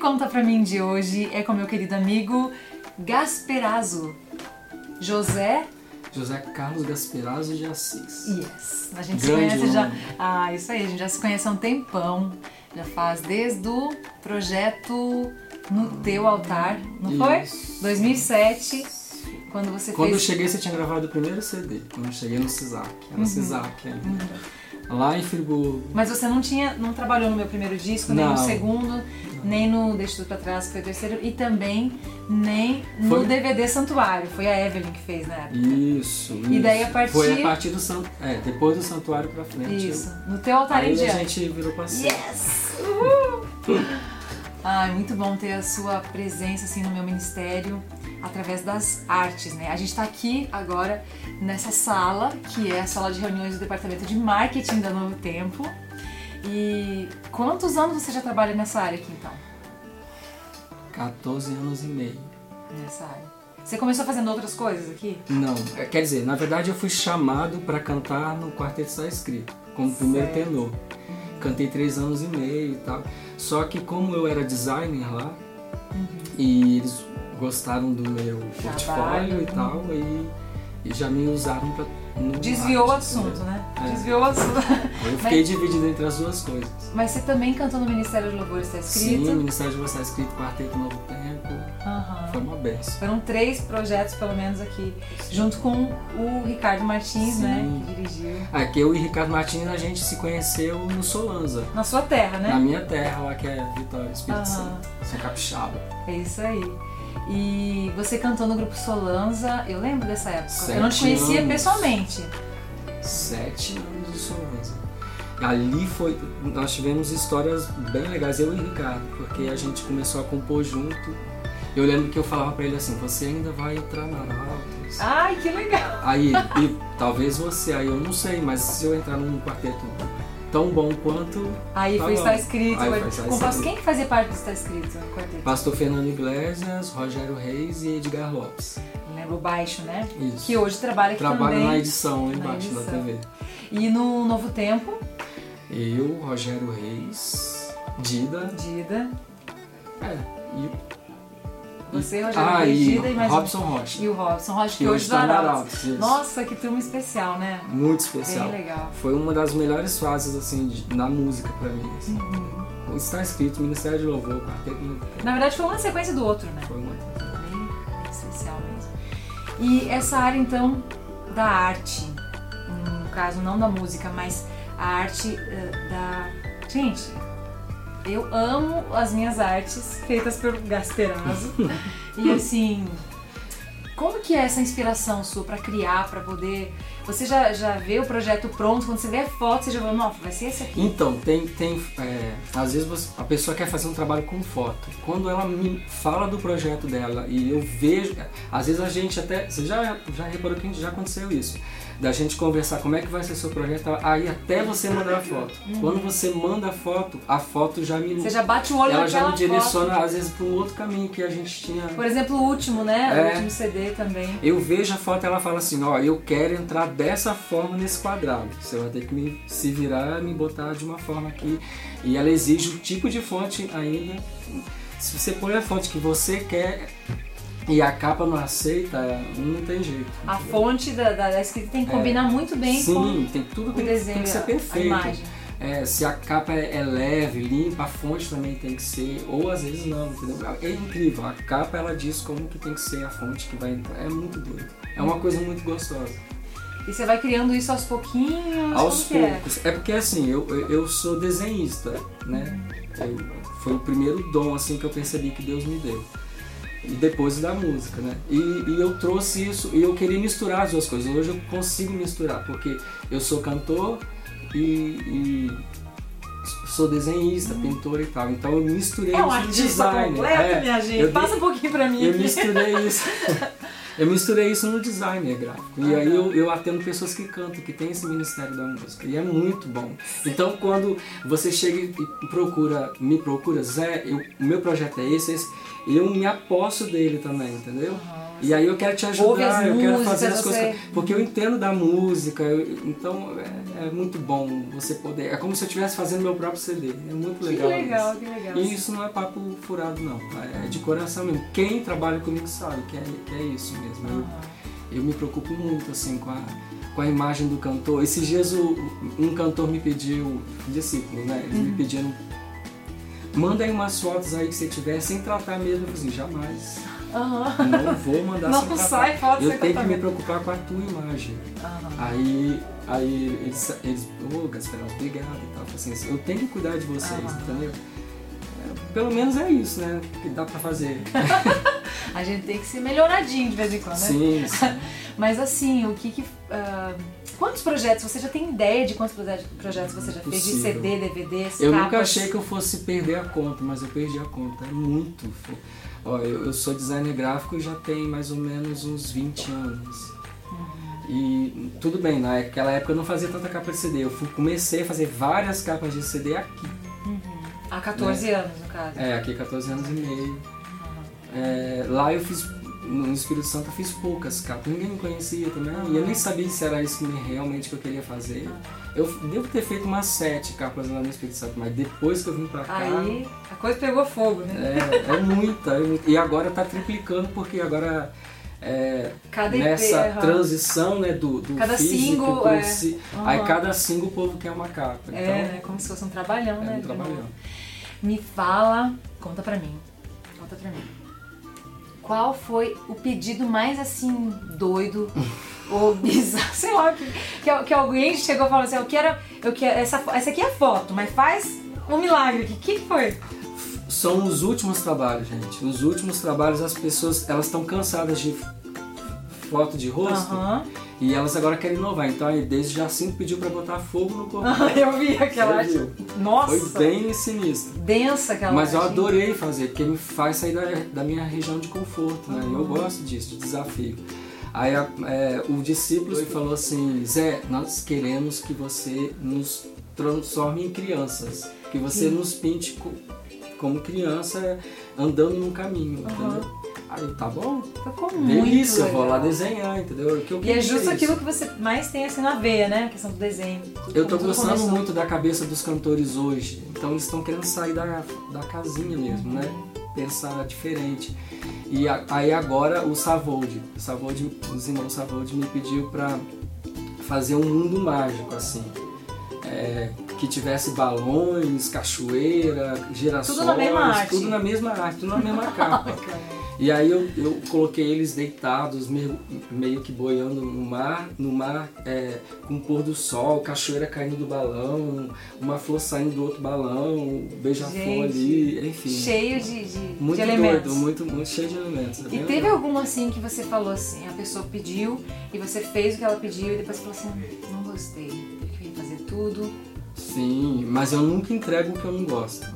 Conta Pra Mim de hoje é com meu querido amigo Gasperazzo. José José Carlos Gasperazzo de Assis. Yes. A gente Grande se conhece já. homem. Ah, isso aí, a gente já se conhece há um tempão. Já faz desde o projeto No Teu Altar, não foi? Isso. 2007, quando você Quando eu fez. cheguei, você tinha gravado o primeiro CD. Quando eu cheguei no CISAC. Era Uhum. CISAC ainda. Lá em Friburgo. Mas você não tinha, não trabalhou no meu primeiro disco, nem no Não. segundo, nem no Deixa Tudo Pra Trás, que foi o terceiro, e também nem no Foi- DVD Santuário, foi a Evelyn que fez na época. Isso, E daí, isso. a partir- Foi a partir do san... é, depois do santuário pra frente. Isso, no Teu Altar em Aí a diante. gente virou parceiro. Yes! Uhul! Ai, muito bom ter a sua presença assim no meu ministério através das artes, né? A gente tá aqui agora nessa sala, que é a sala de reuniões do departamento de marketing da Novo Tempo. E quantos anos você já trabalha nessa área aqui então? 14 anos e meio. Nessa área. Você começou fazendo outras coisas aqui? Não, é, quer dizer, na verdade eu fui chamado pra cantar no Quarteto Só Escrito, como primeiro Certo. tenor. Cantei três anos e meio e tal. Só que como eu era designer lá, Uhum. e eles gostaram do meu portfólio uhum. e tal, e, e já me usaram pra. no Desviou o marketing, assunto, né? né? É. Desviou o assunto. Eu fiquei dividido entre as duas coisas. Mas você também cantou no Ministério de Louvores, está escrito? Sim, o Ministério de Você Escrito, Quarteto Novo Tempo, Aham. foi uma benção. Foram três projetos, pelo menos, aqui, junto com o Ricardo Martins, Sim. né? Que dirigiu. Aqui eu e Ricardo Martins a gente se conheceu no Solanza, Na sua terra, na né? minha terra lá que é Vitória, Espírito Aham. Santo. Sou capixaba. É isso aí. E você cantou no grupo Solanza, eu lembro dessa época. eu não te Sete conhecia anos. pessoalmente. Sete anos de Solanza. Ali foi. Nós tivemos histórias bem legais, eu e Ricardo, porque a gente começou a compor junto. Eu lembro que eu falava pra ele assim: você ainda vai entrar na Nautas. Ai, que legal! Aí, e talvez você, aí eu não sei, mas se eu entrar num quarteto tão bom quanto Aí Tá foi bom. Está Escrito. Aí foi- foi Está com- Escrito. Quem que fazia parte do Está Escrito? no Quarteto? Pastor Fernando Iglesias, Rogério Reis e Edgar Lopes. Eu Lembro o baixo, né? Isso. Que hoje trabalha aqui Trabalho na também. edição, lá Na embaixo da edição. TV. E no Novo Tempo, Eu, Rogério Reis, Dida. Dida. É, e Você, Rogério Ah, Reis, e Dida e mais um. Robson Rocha. E o Robson Rocha, que, Que hoje hoje do tá no Arautos. Arautos, isso. Nossa, que turma especial, né? Muito especial. Bem legal. Foi uma das melhores fases, assim, de- na música pra mim. assim. Uhum. Está escrito Ministério de Louvor, Quarteto Novo Tempo. Na verdade, foi uma sequência do outro, né? Foi uma... Bem bem especial mesmo. E essa área, então, da arte, no caso, não da música, mas a arte eh, da. Gente, eu amo as minhas artes feitas pelo Gasperazzo. e assim. Como que é essa inspiração sua pra criar, pra poder. Você já, já vê o projeto pronto, quando você vê a foto, você já fala, nossa, vai ser esse aqui. Então, tem. tem é, às vezes você- a pessoa quer fazer um trabalho com foto. Quando ela me fala do projeto dela e eu vejo. Às vezes a gente até. Você já, já reparou que já aconteceu isso. Da gente conversar como é que vai ser seu projeto, aí até você mandar a foto. Quando você manda a foto, a foto já me. Uhum. Você já bate o olho ela naquela já me foto. direciona, às vezes, para um outro caminho que a gente tinha. Por exemplo, o último, né? O É. último CD também. Eu vejo a foto e ela fala assim, ó, eu quero entrar dessa forma nesse quadrado. Você vai ter que me, se virar e me botar de uma forma aqui. E ela exige o tipo de fonte ainda. Se você põe a fonte que você quer e a capa não aceita, não tem jeito. A fonte da, da- da escrita tem que combinar muito bem com É. Sim, tem, tudo o tem, desenho, tem que ser a perfeito. imagem. É, se a capa é é leve, limpa, a fonte também tem que ser, ou às vezes não, entendeu? É incrível, a capa ela diz como que tem que ser a fonte que vai entrar. É muito doido. É uma coisa muito gostosa. E você vai criando isso aos pouquinhos? Aos como que é? poucos. É porque assim, eu, eu- eu sou desenhista, né? Eu- foi o primeiro dom assim que eu percebi que Deus me deu. E depois da música, né? E, e eu trouxe isso, e eu queria misturar as duas coisas. Hoje eu consigo misturar, porque eu sou cantor e, e sou desenhista, pintor e tal. Então eu misturei Hum. É um isso no artista design. completo, É, minha gente. eu dei- Passa um pouquinho pra mim. eu aqui. misturei isso. Eu misturei isso no designer gráfico. E aí eu, eu atendo pessoas que cantam, que tem esse ministério da música. E é muito bom. Então quando você chega e procura, me é procura, Zé, eu- o meu projeto é esse, esse, eu me aposto dele também, entendeu? Aham. E aí eu quero te Ouve as ajudar, eu quero músicas, fazer as coisas. você- Porque eu entendo da música, eu- então é, é muito bom você poder. É como se eu estivesse fazendo meu próprio CD. É muito Que legal. legal, isso. que legal. E isso não é papo furado, não. É de coração mesmo. Quem trabalha comigo sabe que é, que é isso mesmo. Eu- Aham. eu me preocupo muito assim com a, com a imagem do cantor. Esses dias o- um cantor me pediu, discípulo, né? Eles Uhum. me pediram. Manda aí umas fotos aí que você tiver sem tratar mesmo. Eu falei assim, jamais. Aham. Não vou mandar Não sem tratar. sai foto sem Eu tenho que me tratamento. preocupar com a tua imagem. Aham. Aí, aí eles, eles ô Gasperão, obrigado e tal. Eu falei assim, eu tenho que cuidar de vocês, Aham. entendeu? É, Pelo menos é isso, né? Que dá pra fazer. A gente tem que ser melhoradinho de vez em quando, né? Sim, sim. Mas assim, o que que... ah, quantos projetos? Você já tem ideia de quantos proje- projetos você já fez? De Impossível. CD, DVDs, Eu capas? nunca achei que eu fosse perder a conta, mas eu perdi a conta. É muito. fo- Ó, eu, eu sou designer gráfico já tem mais ou menos uns 20 anos. Uhum. E tudo bem, naquela época eu não fazia tanta capa de CD. Eu fui- comecei a fazer várias capas de CD aqui. Há 14 anos, no caso. É, aqui 14 anos e meio. É, lá eu fiz, no Espírito Santo eu fiz poucas capas, ninguém me conhecia também, e eu nem sabia se era isso que realmente que eu queria fazer. Eu devo ter feito umas sete capas lá no Espírito Santo, mas depois que eu vim pra cá, Aí a coisa pegou fogo, né? é, é muita, é muita. E agora tá triplicando, porque agora é, Cada EP, nessa aham. transição né, do, do Cada físico single, pro é. si- Aham. aí cada single o povo quer uma capa. Então, É, né? Como se fosse um trabalhão, é né? um de novo. trabalhão. Me fala, conta pra mim, conta pra mim. Qual foi o pedido mais assim doido ou bizarro, sei lá, que, que, que alguém chegou e falou assim, eu quero, eu quero essa, fo- essa aqui é foto, mas faz um milagre aqui. O que que foi? São os últimos trabalhos, gente. Os últimos trabalhos as pessoas elas estão cansadas de foto de rosto Aham. e elas agora querem inovar. Então aí desde Jacinto pediu pra botar fogo no corpo. Eu vi aquela Você viu? arte. Nossa, Foi bem sinistro. densa aquela Mas eu arte. adorei fazer, porque me faz sair da, da minha região de conforto, né? E Eu gosto disso, de desafio. Aí a- é, o discípulo ele falou assim, Zé, nós queremos que você nos transforme em crianças, que você nos pinte co- como criança andando num caminho, entendeu? Aí tá bom, Ficou muito delícia, eu vou lá legal. desenhar, entendeu? Que eu E é queria justo isso. aquilo que você mais tem assim na veia, né? A questão do desenho. Eu tô Tudo gostando começou. muito da cabeça dos cantores hoje. Então eles estão querendo sair da, da casinha mesmo, né? Pensar diferente. E a- aí agora o Savold, o Savold, os irmãos Savold me pediu pra fazer um mundo mágico, assim. É, que tivesse balões, cachoeira, girassóis, mesma arte. tudo na mesma arte, tudo na mesma capa. Bacana. E aí eu, eu coloquei eles deitados, meio, meio que boiando no mar, no mar é, com o pôr do sol, cachoeira caindo do balão, uma flor saindo do outro balão, um beija-flor Gente, ali, enfim. cheio de, de- de muito elementos. doido, muito, muito cheio de elementos. é E bem teve legal. algum assim que você falou assim, a pessoa pediu e você fez o que ela pediu e depois falou assim, "Hum, não gostei, teve que refazer tudo. Sim, mas eu nunca entrego o que eu não gosto.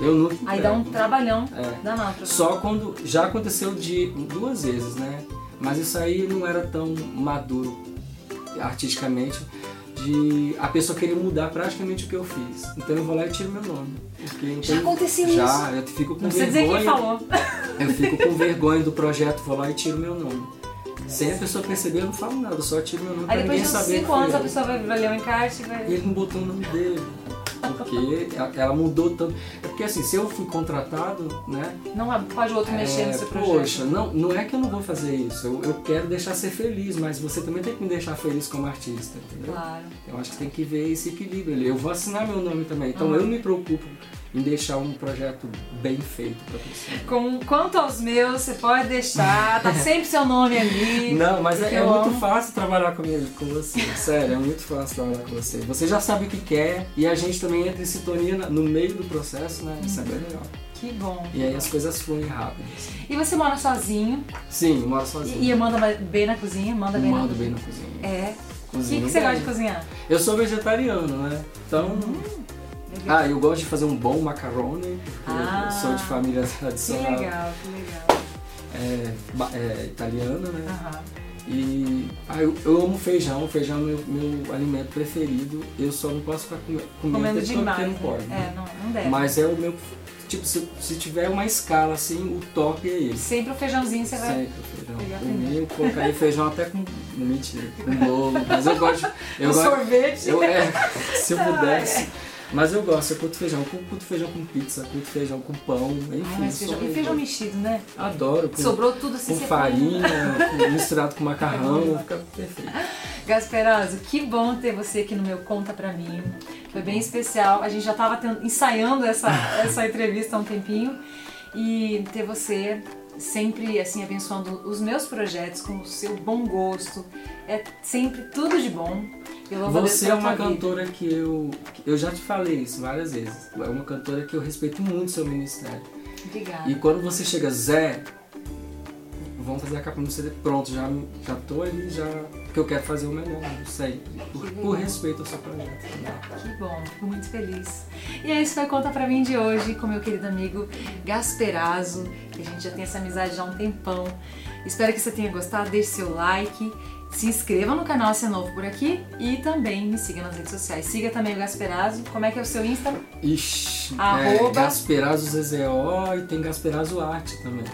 Eu nunca entrego. Aí dá um trabalhão É. danado pra você. Só quando. Já aconteceu de duas vezes, né? Mas isso aí não era tão maduro artisticamente. De a pessoa querer mudar praticamente o que eu fiz. Então eu vou lá e tiro meu nome. Porque eu Já tenho- aconteceu isso. Já, eu fico com Não precisa dizer vergonha. quem falou. Eu fico com vergonha do projeto, vou lá e tiro meu nome. Sem a pessoa perceber, eu não falo nada, eu só tiro meu nome Aí pra depois ninguém de uns saber. é. 5 que fui anos a eu. pessoa vai, vai ler o encarte e E vai. ele não botou o nome dele. Porque ela mudou tanto. É porque assim, se eu fui contratado, né? Não pode o outro mexer no seu projeto. É, Poxa, não, não é que eu não vou fazer isso. Eu, eu quero deixar ser feliz, mas você também tem que me deixar feliz como artista, entendeu? Claro. Eu acho que tem que ver esse equilíbrio ali. Eu vou assinar meu nome também, então Uhum. eu me preocupo em deixar um projeto bem feito pra você. Com, quanto aos meus, você pode deixar, tá sempre seu nome ali. Não, mas é, Porque é eu muito amo. fácil trabalhar comigo, com você. Sério, é muito fácil trabalhar com você. Você já sabe o que quer e a gente também entra em sintonia na- no meio do processo, né? Isso é Uhum. bem legal. Que bom. E aí as coisas fluem rápido. assim. E você mora sozinho Sim, eu moro e, sozinho. e manda bem na cozinha, manda bem Mando na bem na cozinha. É. O que, Cozinho que você bem. gosta de cozinhar? Eu sou vegetariano, né? Então. legal. Ah, eu gosto de fazer um bom macarrone, porque Hum, Ah, eu sou de família Que tradicional legal, que legal. Ah. é, ba- é, italiana, né? Aham. E ah, eu, eu amo feijão, feijão é meu, meu alimento preferido. Eu só não posso ficar comendo, Comendo tanto que demais. não pode. né? né? É, não, não deve. Mas é o meu. Tipo, se, se tiver uma escala assim, o top é esse. Sempre o feijãozinho você vai. Sempre, pegar feijão. O primeiro. meu colocaria feijão até com. Mentira, com bolo. Mas eu gosto. de- Eu um gosto sorvete. eu, é, se eu Tá, é. pudesse. Mas eu gosto, eu curto feijão. Eu curto feijão com pizza, curto feijão com pão, enfim. Ah, mas só- feijão, e feijão mexido, né? Adoro, com, Sobrou tudo assim. com você Uhum. farinha, com- misturado com macarrão, fica perfeito. Gasperoso, que bom ter você aqui no meu Conta Pra Mim. Foi bem especial. A gente já estava ensaiando essa, essa entrevista há um tempinho. E ter você sempre, assim, abençoando os meus projetos com o seu bom gosto. É sempre tudo de bom. Eu louvo a Deus Você é pela tua uma vida. cantora que eu. que Eu já te falei isso várias vezes. É uma cantora que eu respeito muito seu ministério. Obrigada. E quando você chega, Zé, vamos fazer a capa do CD. Pronto, já, já tô ali, já. Porque eu quero fazer o melhor, não sei. Por, por respeito ao seu projeto. Que bom, fico muito feliz. E é isso foi Conta Pra Mim de hoje com meu querido amigo Gasperazo, que a gente já tem essa amizade já há um tempão. Espero que você tenha gostado, deixe seu like, se inscreva no canal se é novo por aqui e também me siga nas redes sociais. Siga também o Gasperazo. Como é que é o seu Insta? Ixi, Arroba- é, Gasperazzo ZZO e tem Gasperazzo Arte também.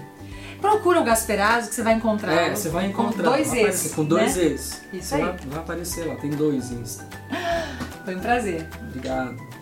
Procura o Gasperazo que você vai encontrar. É, você vai encontrar. Com dois né? vai aparecer, ex. Com dois ex. Isso Você aí. Vai, vai aparecer lá, tem dois Insta. Foi um prazer. Obrigado.